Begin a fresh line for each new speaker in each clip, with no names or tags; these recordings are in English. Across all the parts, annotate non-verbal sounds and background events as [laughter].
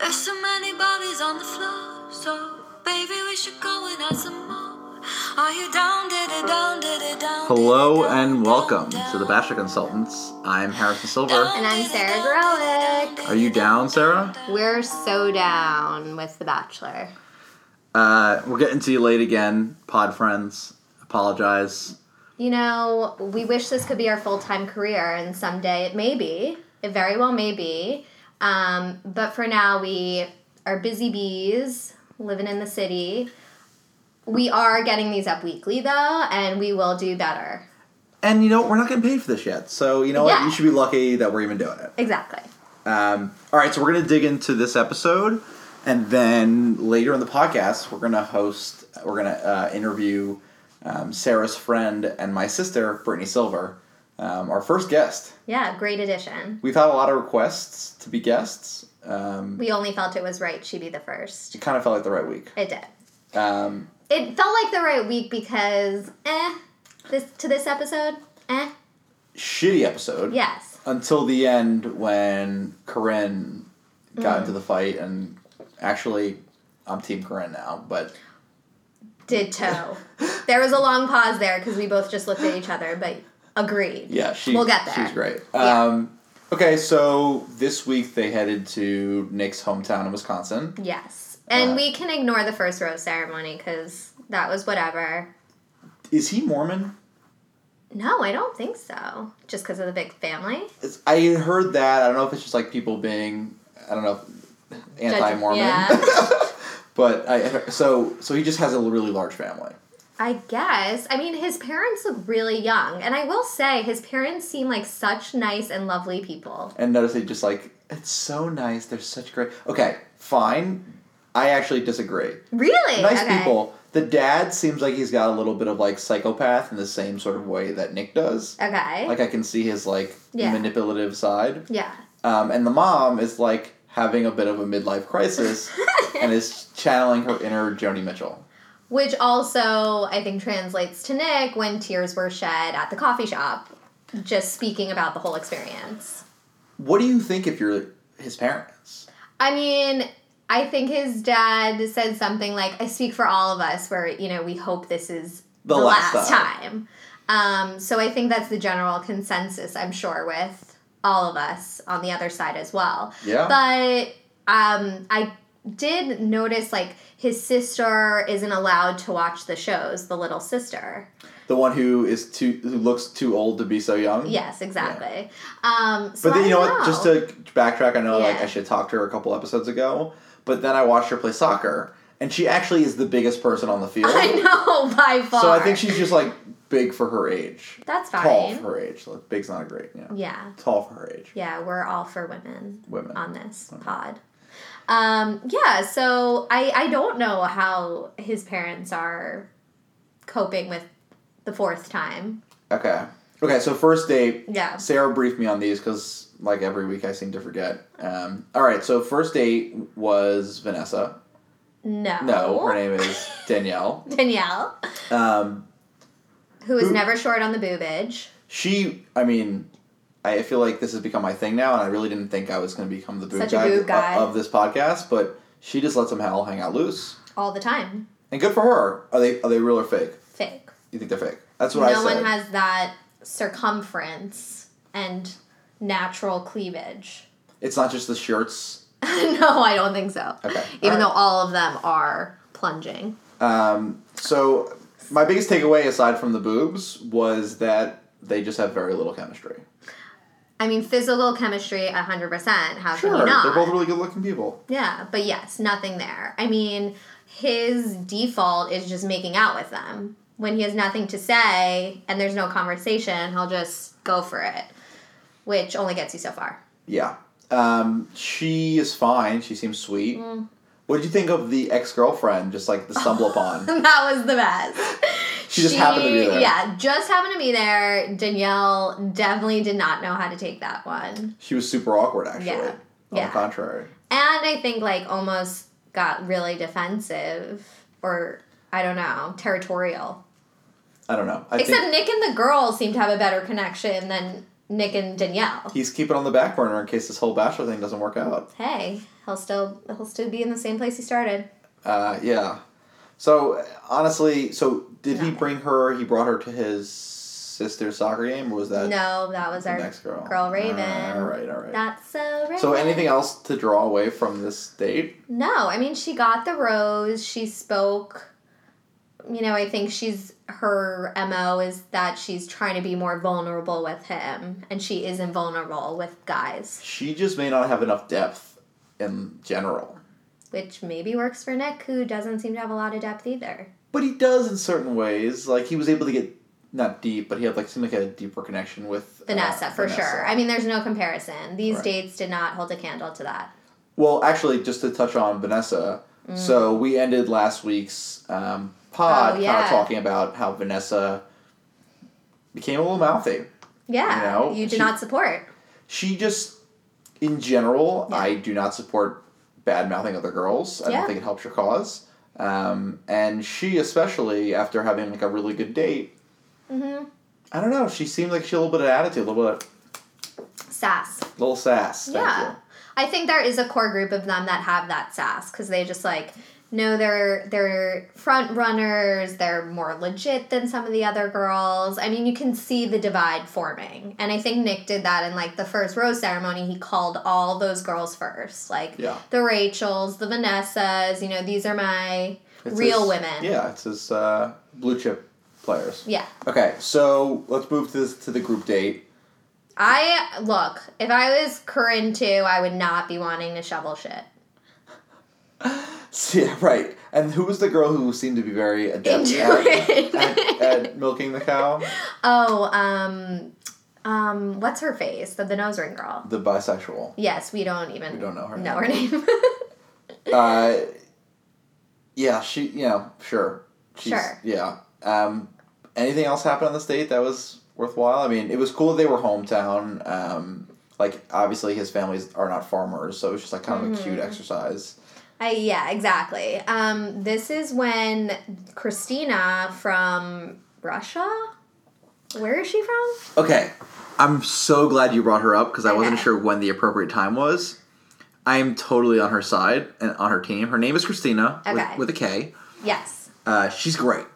There's so many bodies on the floor, so baby, we should go and add some more. Are you down, did it, down, did it, down?
Hello and welcome to the Bachelor Consultants. I'm Harrison Silver.
And I'm Sarah Growick.
Are you down, Sarah?
We're so down with The Bachelor.
Uh, we're getting to you late again, pod friends. Apologize.
You know, we wish this could be our full time career, and someday it may be. It very well may be. Um, but for now, we are busy bees living in the city. We are getting these up weekly, though, and we will do better.
And you know, we're not getting paid for this yet. So, you know what?
Yeah.
You should be lucky that we're even doing it.
Exactly.
Um, all right, so we're going to dig into this episode. And then later in the podcast, we're going to host, we're going to uh, interview um, Sarah's friend and my sister, Brittany Silver, um, our first guest.
Yeah, great addition.
We've had a lot of requests to be guests. Um,
We only felt it was right she be the first.
it kind of felt like the right week.
It did.
Um,
It felt like the right week because, eh, this to this episode, eh,
shitty episode.
yes.
Until the end when Corinne got
Mm.
into the fight, and actually, I'm Team Corinne now, but
Ditto. there was a long pause there because we both just looked at each other, but agreed.
yeah, she,
We'll get there.
she's great.
Yeah.
Um, okay, so this week they headed to Nick's hometown in Wisconsin.
Yes. And
Uh,
we can ignore the first rose ceremony because that was whatever.
Is he Mormon?
No, I don't think so. Just because of the big family.
It's, I heard that. I don't know if it's just like people being, I don't know,
Judge-
anti Mormon.
Yeah.
[laughs] But I so so he just has a really large family.
I guess. I mean, his parents look really young. And I will say, his parents seem like such nice and lovely people.
And notice they just like it's so nice. They're such great. Okay, fine. I actually disagree.
Really?
Nice
Okay.
people. The dad seems like he's got a little bit of like psychopath in the same sort of way that Nick does.
Okay.
Like I can see his like
Yeah.
manipulative side.
yeah.
Um, and the mom is like having a bit of a midlife
[laughs]
crisis and is channeling her inner Joni Mitchell.
Which also, I think, translates to Nick when tears were shed at the coffee shop, just speaking about the whole experience.
What do you think if you're his parents?
I mean, I think his dad said something like, I speak for all of us, where, you know, we hope this is
The
the,
last
last,
time."
time. Um, so I think that's the general consensus, I'm sure, with all of us on the other side as well.
Yeah.
But um, I did notice, like, his sister isn't allowed to watch the shows, the little sister.
The one who is too who looks too old to be so young.
Yes, exactly. Um, so
But then, you know
I don't
what? Just to backtrack, I know like
Yeah.
I should talk to her a couple episodes ago, but then I watched her play soccer, and she actually is the biggest person on the field.
[laughs] [laughs] I know by far.
So I think she's just like big for her age,
That's
tall
fine.
for her age. Like, big's not a great, yeah.
yeah,
Tall for her age.
yeah, we're all for women
Women.
on this pod. Um, yeah, so I I don't know how his parents are coping with the fourth time.
Okay. Okay. So first date.
Yeah.
Sarah briefed me on these because like every week I seem to forget. Um, all right. So first date was Vanessa.
No.
No,
Oh.
her name
[laughs]
is Danielle.
Danielle,
Um,
who is
Who-
never short on the boobage.
She, I mean, I feel like this has become my thing now, and I really didn't think I was going to become the boob
Such a
guy,
boob
of-
guy.
Of, this podcast, but she just lets them hell hang out loose,
all the time.
and good for her. Are they are they real or fake?
Fake.
You think they're fake? That's what
No
I said.
one has that circumference and natural cleavage. [laughs]
it's not just the shirts.
no, I don't think so.
Okay.
Even though
All
all of them are plunging.
Um, so my biggest takeaway, aside from the boobs, was that they just have very little chemistry.
I mean, physical chemistry, 100%. How can
Sure,
you not?
they're both really good looking people.
yeah, but yes, nothing there. I mean, his default is just making out with them. When he has nothing to say and there's no conversation, he'll just go for it, which only gets you so far. [laughs]
Yeah. Um, she is fine. She seems sweet.
Mm.
What did you think of the ex girlfriend? Just like the stumble
[laughs]
upon.
that was the best.
She just happened to be there.
Yeah, just happened to be there. Danielle definitely did not know how to take that one.
She was super awkward, actually.
Yeah.
On
Yeah.
the contrary.
And I think like almost got really defensive or I don't know, territorial.
I don't know. I
Except
think
Nick and the girls seem to have a better connection than Nick and Danielle.
he's keeping on the back burner in case this whole bachelor thing doesn't work out.
Hey, He'll still he'll still be in the same place he started.
Uh, yeah. So honestly, so did he
No.
bring her? He brought her to his sister's soccer game, or was that
no, that was
the
our
next girl?
girl Raven.
All right, all right.
That's so Raven.
so anything else to draw away from this date?
No, I mean she got the rose. She spoke. You know, I think she's her mo is that she's trying to be more vulnerable with him, and she isn't vulnerable with guys,
She just may not have enough depth in general,
which maybe works for Nick, who doesn't seem to have a lot of depth either.
but he does in certain ways. Like he was able to get not deep, but he had like seemed like a deeper connection with uh,
Vanessa, for sure.
Vanessa.
I mean, there's no comparison. These
Right.
dates did not hold a candle to that.
Well, actually, just to touch on Vanessa, so we ended last week's um, pod
Mm. Oh, yeah.
kind of talking about how Vanessa became a little mouthy.
Yeah,
You know,
you do
she-
not support.
She just, in general,
Yeah.
I do not support bad mouthing other girls. I
Yeah.
don't think it helps your cause. Um, and she, especially after having like a really good date,
Mm-hmm.
I don't know. She seemed like she had a little bit of attitude, a little bit,
Sass.
of, little sass. Thank
yeah.
you.
I think there is a core group of them that have that sass because they just like know they're they're front runners. They're more legit than some of the other girls. I mean, you can see the divide forming, and I think Nick did that in like the first rose ceremony. He called all those girls first, like
Yeah.
the Rachels, the Vanessas. You know, these are my
It's
real
his-
women.
Yeah, it's his uh, blue chip players.
Yeah.
Okay, so let's move to this, to the group date. [laughs]
I look. If I was Corinne too, I would not be wanting to shovel shit.
Yeah, right. And who was the girl who seemed to be very adept
Into
at,
it.
at, at milking the cow?
Oh, um, um, what's her face? The, the nose ring girl.
The bisexual.
Yes, we don't even
We don't know her
Know her name. [laughs]
Uh, yeah, she. You know, sure. She's,
Sure.
Yeah. Um, anything else happened on this date that was worthwhile? I mean, it was cool that they were hometown. Um, like obviously his families are not farmers, so it was just like kind of a cute
Mm-hmm.
exercise.
I, yeah, exactly. Um, this is when Christina from Russia. Where is she from?
Okay. I'm so glad you brought her up because I wasn't
Okay.
sure when the appropriate time was. I am totally on her side and on her team. Her name is Christina with-
Okay.
with, a K.
Yes.
Uh, she's great.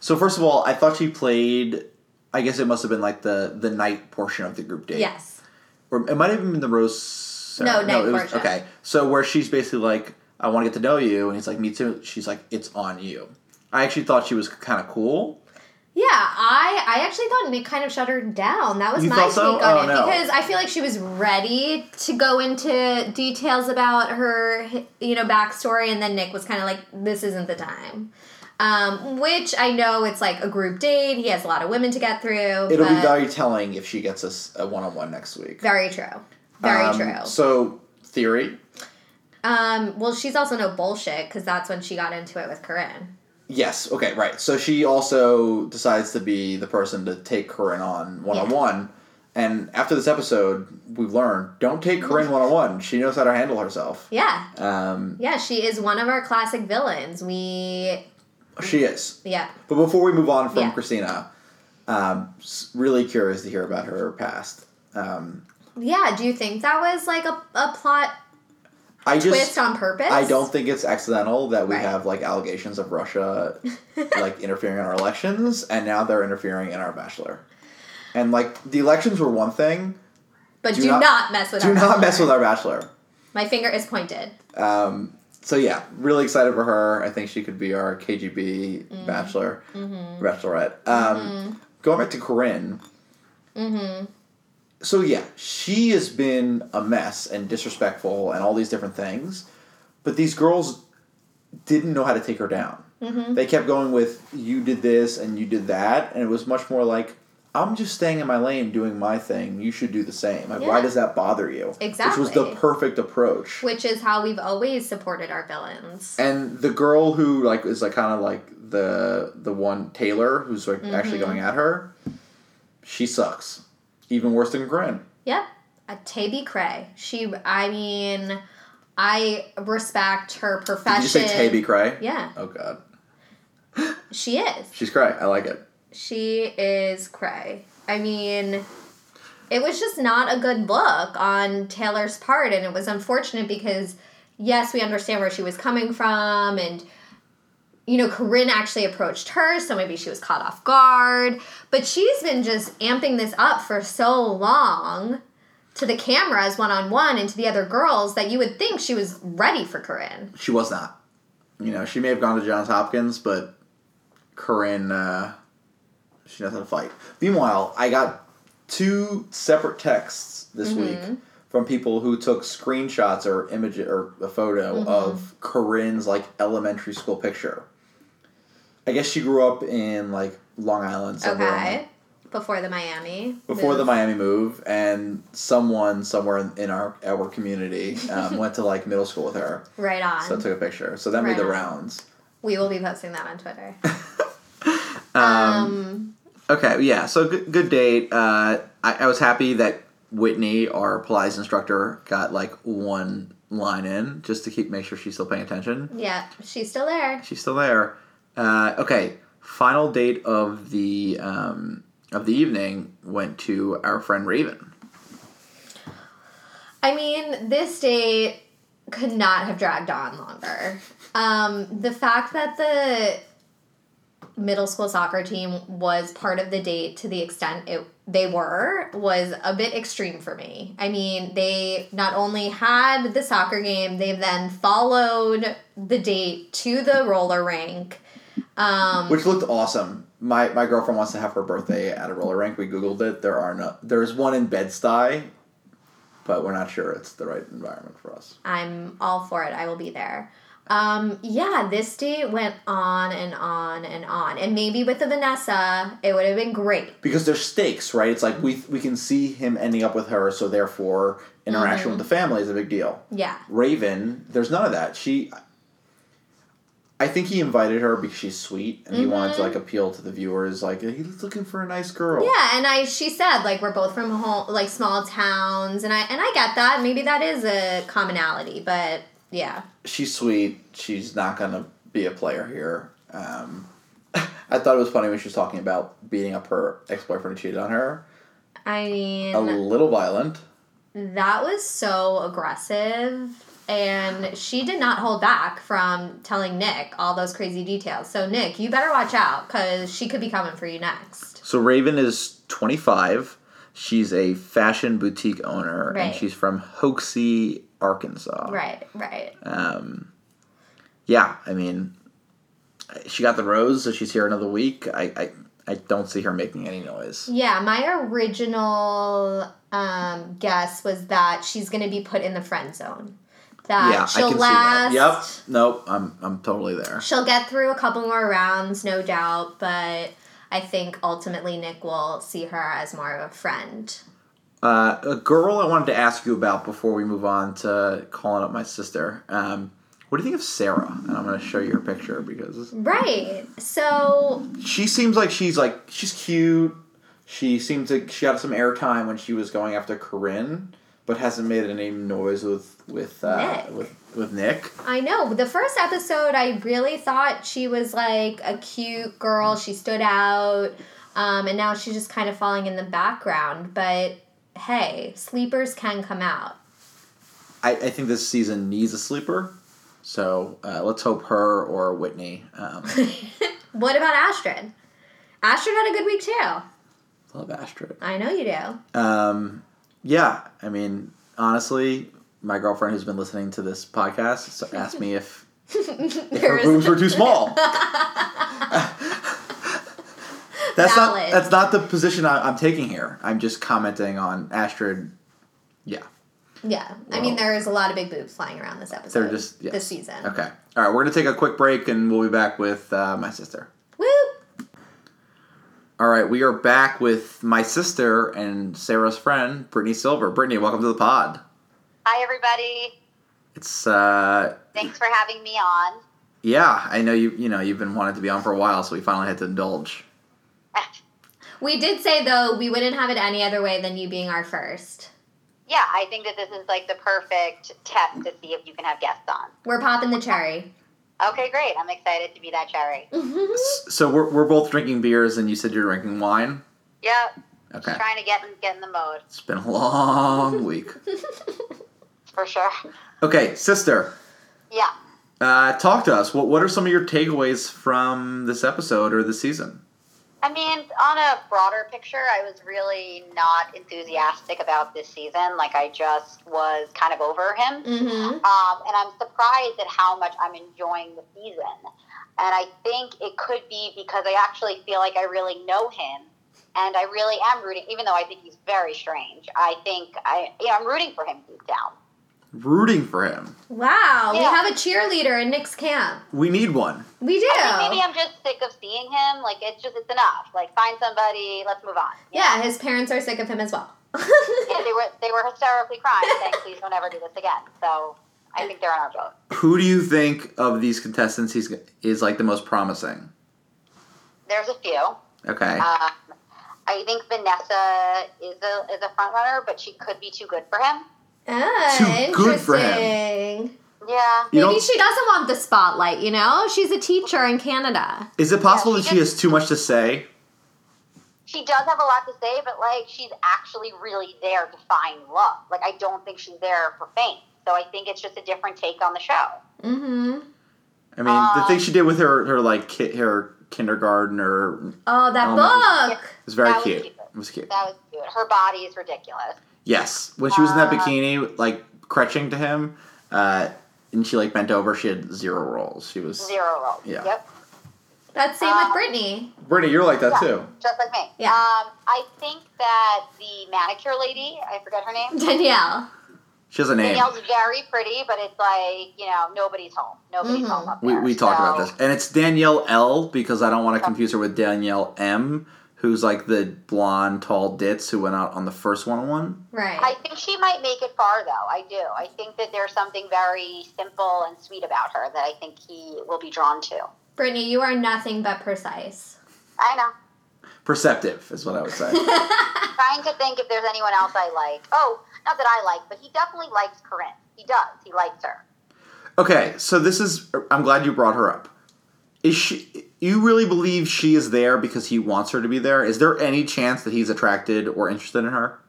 So first of all, I thought she played. I guess it must have been like the the night portion of the group date.
Yes.
Or it might have even been the rose.
No,
ceremony.
night
it was,
portion.
Okay, so where she's basically like, "I want to get to know you," and he's like, "Me too." She's like, "It's on you." I actually thought she was kind of cool.
Yeah, I I actually thought Nick kind of shut her down. That was
You
my
thought
take
so?
on
Oh,
it
no.
because I feel like she was ready to go into details about her you know backstory, and then Nick was kind of like, "This isn't the time." Um, which I know it's like a group date. He has a lot of women to get through.
It'll
but
be very telling if she gets us a one on one next week.
very true. Very
Um,
true.
So theory,
um, well, she's also no bullshit because that's when she got into it with Corinne.
yes, okay, right. So she also decides to be the person to take Corinne on one on one, and after this episode, we've learned don't take Corinne one on one. She knows how to handle herself.
Yeah,
Um,
yeah, she is one of our classic villains. We
she is.
yeah.
But before we move on from
Yeah.
Christina, um, s- really curious to hear about her past. Um,
Yeah, do you think that was like a, a plot
I just
twist on purpose?
I don't think it's accidental that we
Right.
have like allegations of
[laughs]
Russia like interfering in our elections and now they're interfering in our bachelor. And like the elections were one thing.
But
do
do,
not-
not, mess with
Do
our
not
bachelor.
mess with our bachelor.
My finger is pointed.
Um, so yeah, really excited for her. I think she could be our KGB
Mm-hmm.
bachelor, bachelorette. Um, Going back to Corinne.
Mm-hmm.
So yeah, she has been a mess and disrespectful and all these different things, but these girls didn't know how to take her down.
Mm-hmm.
They kept going with you did this and you did that, and it was much more like. I'm just staying in my lane, doing my thing. You should do the same. Like, why
Yeah.
does that bother you? Which was the
Exactly.
perfect approach
Which is how we've always supported our villains.
and the girl who like is like kind of like the the one Taylor who's like actually going at her, she sucks, even worse than Grin.
Yep. A Taby Cray. She I mean I respect her
Did
profession.
you just say Taby Cray?
Yeah.
Oh God,
She is.
she's Cray. I like it.
She is Cray. I mean it was just not a good look on Taylor's part, and it was unfortunate because yes, we understand where she was coming from, and you know, Corinne actually approached her, so maybe she was caught off guard. But she's been just amping this up for so long to the cameras one on one and to the other girls that you would think she was ready for Corinne.
She was not. You know, she may have gone to Johns Hopkins, but Corinne, uh, she knows how to fight. Meanwhile, I got two separate texts this week from people who took screenshots or image or a photo of Corinne's like elementary school picture. I guess she grew up in like Long Island somewhere. on
Okay. Before the Miami.
before the
move.
Miami move, and someone somewhere in, in our our community um, went to like middle school with her,
Right on.
so took a picture. So that
Right
made the
on.
rounds.
we will be posting that on Twitter.
Um,
Um,
okay, yeah. So good, good date. Uh, I, I was happy that Whitney, our Pilates instructor, got like one line in just to keep make sure she's still paying attention.
yeah, she's still there.
She's still there. Uh, okay, final date of the um, of the evening went to our friend Raven.
I mean, this date could not have dragged on longer. Um, the fact that the middle school soccer team was part of the date to the extent it they were was a bit extreme for me. I mean, they not only had the soccer game, they then followed the date to the roller rink. Um,
which looked awesome. My my girlfriend wants to have her birthday at a roller rink. We googled it. There are no. There's one in Bed Stuy, but we're not sure it's the right environment for us.
I'm all for it. I will be there. Um, yeah, this date went on and on and on. And maybe with the Vanessa, it would have been great.
Because there's stakes, right? It's like we we can see him ending up with her, so therefore interaction with the family is a big deal.
Yeah.
Raven, there's none of that. She. I think he invited her because she's sweet and he wanted to like appeal to the viewers. Like he's looking for a nice girl.
Yeah, and I she said like we're both from home like small towns and I and I get that. Maybe that is a commonality, but yeah.
she's sweet. She's not gonna be a player here. Um, [laughs] I thought it was funny when she was talking about beating up her ex boyfriend who cheated on her.
I mean
A little violent.
that was so aggressive and she did not hold back from telling Nick all those crazy details. So Nick, you better watch out cuz she could be coming for you next.
So Raven is twenty five. She's a fashion boutique owner, and
Right.
she's from Hoxie, Arkansas.
Right, right.
Um, yeah, I mean, she got the rose, so she's here another week. I, I, I don't see her making any noise.
Yeah, my original um, guess was that she's going to be put in the friend zone. That
yeah, I
she'll
can
last.
see that. Yep. Nope. I'm I'm totally there.
She'll get through a couple more rounds, no doubt, but I think ultimately Nick will see her as more of a friend.
Uh, a girl I wanted to ask you about before we move on to calling up my sister. Um, what do you think of Sarah? And I'm going to show you her picture because
Right. So,
she seems like she's like she's cute. She seems like she got some airtime when she was going after Corinne, but hasn't made any noise with with uh,
Nick.
with with Nick.
I know the first episode, I really thought she was like a cute girl. She stood out, um, and now she's just kind of falling in the background. But hey, sleepers can come out.
I, I think this season needs a sleeper, so uh, let's hope her or Whitney. Um,
[laughs] What about Astrid? Astrid had a good week too.
love Astrid.
I know you do.
Um, yeah, I mean, honestly, my girlfriend who's been listening to this podcast so asked me if her
There's-
boobs were too small. that's not
Valid.
that's not the position I, I'm taking here. I'm just commenting on Astrid. Yeah,
yeah, I
Well.
mean there is a lot of big boobs flying around this episode.
they're just yes.
this season.
Okay, all right, we're gonna take a quick break and we'll be back with uh, my sister.
Whoop.
All right, we are back with my sister and Sarah's friend, Brittany Silver. Brittany, welcome to the pod.
Hi, everybody.
It's uh,
Thanks for having me on. [laughs]
Yeah, I know you. You know you've been wanting to be on for a while, so we finally had to indulge.
We did say though we wouldn't have it any other way than you being our first.
Yeah, I think that this is like the perfect test to see if you can have guests on.
We're popping the cherry.
Okay, great. I'm excited to be that cherry.
S- So we're, we're both drinking beers, and you said you're drinking wine.
yep.
Okay.
Trying to get in, get in the mode
It's been a long week.
for sure.
Okay, sister,
Yeah.
uh, talk to us. What What are some of your takeaways from this episode or this season?
I mean, on a broader picture, I was really not enthusiastic about this season. Like, I just was kind of over him.
Mm-hmm.
Um, and I'm surprised at how much I'm enjoying the season. And I think it could be because I actually feel like I really know him. And I really am rooting, even though I think he's very strange. I think I, you know, I'm rooting for him deep down.
Rooting for him.
Wow, we
Yeah.
have a cheerleader in Nick's camp.
We need one.
We do.
I think maybe I'm just sick of seeing him. Like it's just, it's enough. Like find somebody. Let's move on.
yeah, his parents are sick of him as well. [laughs]
Yeah, they were they were hysterically crying, saying, "Please don't ever do this again." So I think they're on our boat.
Who do you think of these contestants he's, is like the most promising?
There's a few.
Okay.
Um, I think Vanessa is a is a front runner, but she could be too good for him.
Ah,
Too good for him.
interesting.
Yeah.
You
Maybe
don't-
she doesn't want the spotlight, you know? She's a teacher in Canada.
Is it possible
Yeah,
that
she
she has too much to say?
She does have a lot to say, but like she's actually really there to find love. Like I don't think she's there for fame. So I think it's just a different take on the show.
Mm-hmm.
I mean, the
Um,
thing she did with her her like ki- her kindergarten or
Oh, that
Oh,
book.
was very
That was
cute.
cute.
It was cute.
That was cute. Her body is ridiculous.
Yes, when she was in that
Uh,
bikini, like crutching to him, uh, and she like bent over, she had zero rolls. She was
Zero rolls.
Yeah.
Yep.
That's same
Um,
with Brittany. [laughs]
Brittany. You're like that
Yeah.
too.
Just like me.
Yeah.
Um, I think that the manicure lady, I forget her name.
Danielle.
She has a name.
Danielle's very pretty, but it's like, you know, nobody's home. Nobody's
Mhm.
home up
Mm-hmm. We
there.
we talked about
So,
this, and it's Danielle L because I don't want to confuse her with Danielle M, who's like the blonde, tall ditz who went out on the first one on one.
Right.
I think she might make it far, though. I do. I think that there's something very simple and sweet about her that I think he will be drawn to.
Brittany, you are nothing but precise.
I know.
Perceptive is what I would say.
[laughs] Trying to think if there's anyone else I like. Oh, not that I like, but he definitely likes Corinne. He does. He likes her.
Okay, so this is. I'm glad you brought her up. Is she? You really believe she is there because he wants her to be there? Is there any chance that he's attracted or interested in her?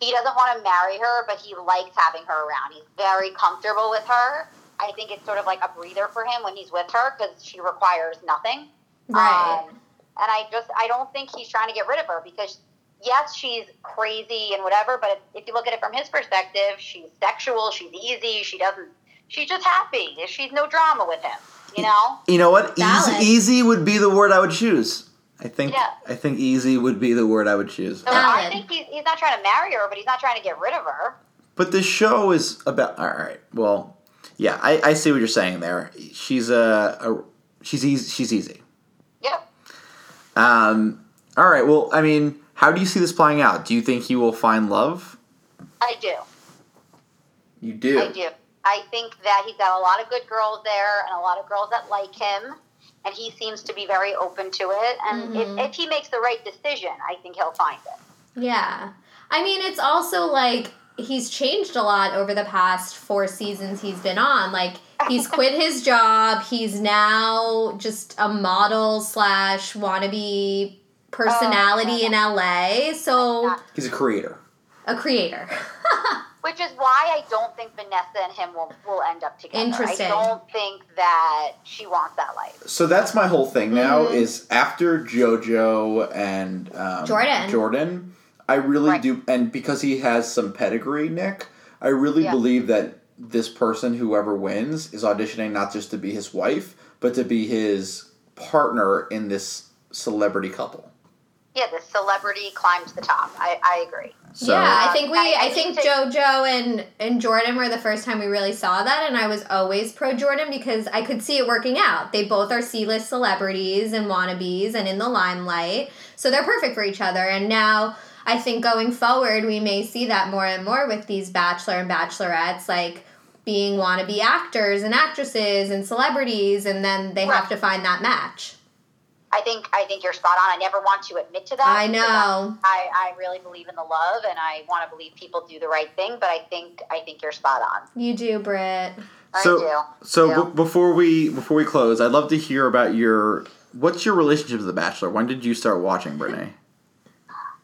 he doesn't want to marry her, but he likes having her around. He's very comfortable with her. I think it's sort of like a breather for him when he's with her because she requires nothing.
Right.
Um, and I just, I don't think he's trying to get rid of her because, yes, she's crazy and whatever, but if you look at it from his perspective, she's sexual, she's easy, she doesn't, she's just happy. She's no drama with him, you know?
You know what? Easy,
Valid.
easy would be the word I would choose. I think.
Yeah.
I think easy would be the word I would choose.
So
Uh,
I
Valid.
think he's, he's not trying to marry her, but he's not trying to get rid of her.
But this show is about. All right. Well, yeah, I, I see what you're saying there. She's a. a she's easy. She's easy.
Yep.
Um. All right. Well, I mean, how do you see this playing out? Do you think he will find love?
I do.
You do.
I do. I think that he's got a lot of good girls there and a lot of girls that like him, and he seems to be very open to it. And
Mhm.
if, if he makes the right decision, I think he'll find it.
Yeah. I mean, it's also like he's changed a lot over the past four seasons he's been on. Like, he's [laughs] quit his job. He's now just a model slash wannabe personality in LA. So,
Yeah.
He's a creator.
a creator. [laughs]
Which is why I don't think Vanessa and him will, will end up together.
Interesting.
I don't think that she wants that life.
So that's my whole thing now
Mm-hmm.
Mhm.
is after JoJo and um,
Jordan.
Jordan, I really
Right.
do, and because he has some pedigree, Nick, I really
Yeah.
believe that this person, whoever wins, is auditioning not just to be his wife, but to be his partner in this celebrity couple.
Yeah, this celebrity climbs the top. I, I agree.
So
yeah, I think we,
I- I
I, think
need to-
JoJo and and Jordan were the first time we really saw that, and I was always pro Jordan because I could see it working out. They both are C list celebrities and wannabes and in the limelight, so they're perfect for each other. And now I think going forward, we may see that more and more with these bachelor and bachelorettes, like being wannabe actors and actresses and celebrities, and then they have
Right.
to find that match.
I think I think you're spot on. I never want to admit to that.
I
because
know.
I, I really believe in the love, and I want to believe people do the right thing. But I think I think you're spot on.
You do, Britt.
I
so
do.
so
Yeah.
b- before we before we close, I'd love to hear about your what's your relationship to The Bachelor. When did you start watching, Brittany?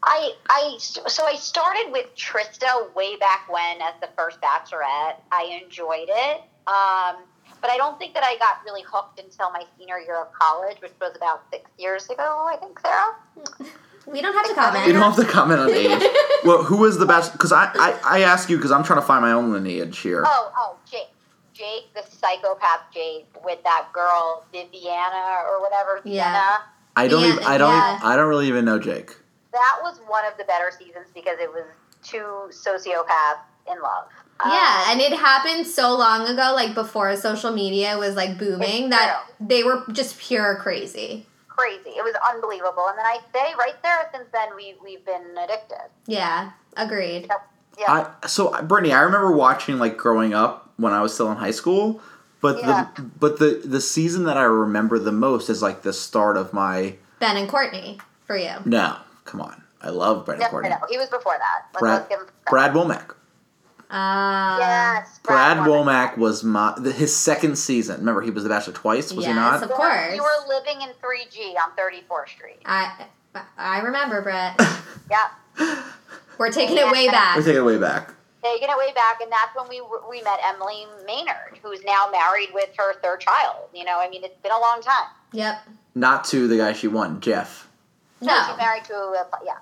I, I, so I started with Trista way back when as the first bachelorette. I enjoyed it. Um, but I don't think that I got really hooked until my senior year of college, which was about six years ago, I think, Sarah.
We don't have to
You
comment.
don't have to comment on age. well, who was the best? Because I, I, I ask you because I'm trying to find my own lineage here.
Oh, oh, Jake. Jake, the psychopath Jake, with that girl, Viviana or whatever,
Yeah.
Vienna.
I don't.
yeah,
even, I don't.
yeah.
I don't really even know Jake.
That was one of the better seasons because it was two sociopaths in love. Um,
Yeah, and it happened so long ago, like before social media was like booming,
It's
that they were just pure crazy.
crazy. It was unbelievable. And then I say right there, since then we we've been addicted.
Yeah, agreed.
That's, yeah.
I so Brittany, I remember watching like growing up when I was still in high school, but
Yeah.
the but the the season that I remember the most is like the start of my
Ben and Courtney for you.
no. Come on, I love Brad
no,
and
no,
Courtney.
no. He was before that. Let's,
Brad
let's give him
Brad Womack.
Uh,
Yes,
Brad Womack
Womack.
was my the, his second season. Remember, he was the Bachelor twice, was
Yes,
he not?
Of course.
You were living in 3G on 34th Street.
I I remember
[laughs]
Brett.
Yeah.
We're taking it way back.
We take it way back.
Taking it way back, and that's when we were- we met Emily Maynard, who's now married with her third child. You know, I mean, it's been a long time.
Yep.
Not to the guy she won, Jeff.
No,
No.
she's married to a yeah.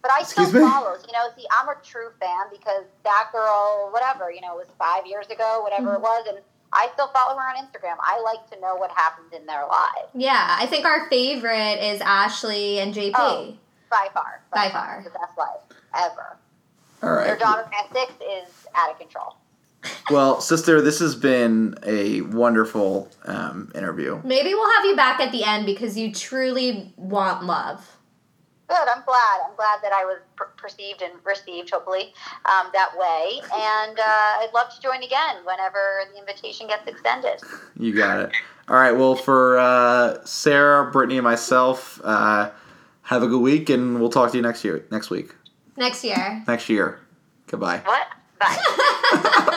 But I still
Excuse me?
follow. You know, see, I'm a true fan because that girl, whatever, you know, it was five years ago, whatever it was, and I still follow her on Instagram. I like to know what happens in their lives
Yeah, I think our favorite is Ashley and JP.
Oh. by far.
By far.
the best life ever.
All
Their
right.
daughter Essex is out of control.
Well, sister, this has been a wonderful um, interview.
Maybe we'll have you back at the end because you truly want love.
Good. I'm glad. I'm glad that I was per- perceived and received, hopefully, um, that way. And uh, I'd love to join again whenever the invitation gets extended.
You got it. All right. Well, for uh, Sarah, Brittany, and myself, uh, have a good week, and we'll talk to you next year. Next week.
Next year.
Next year. Goodbye.
What? Bye.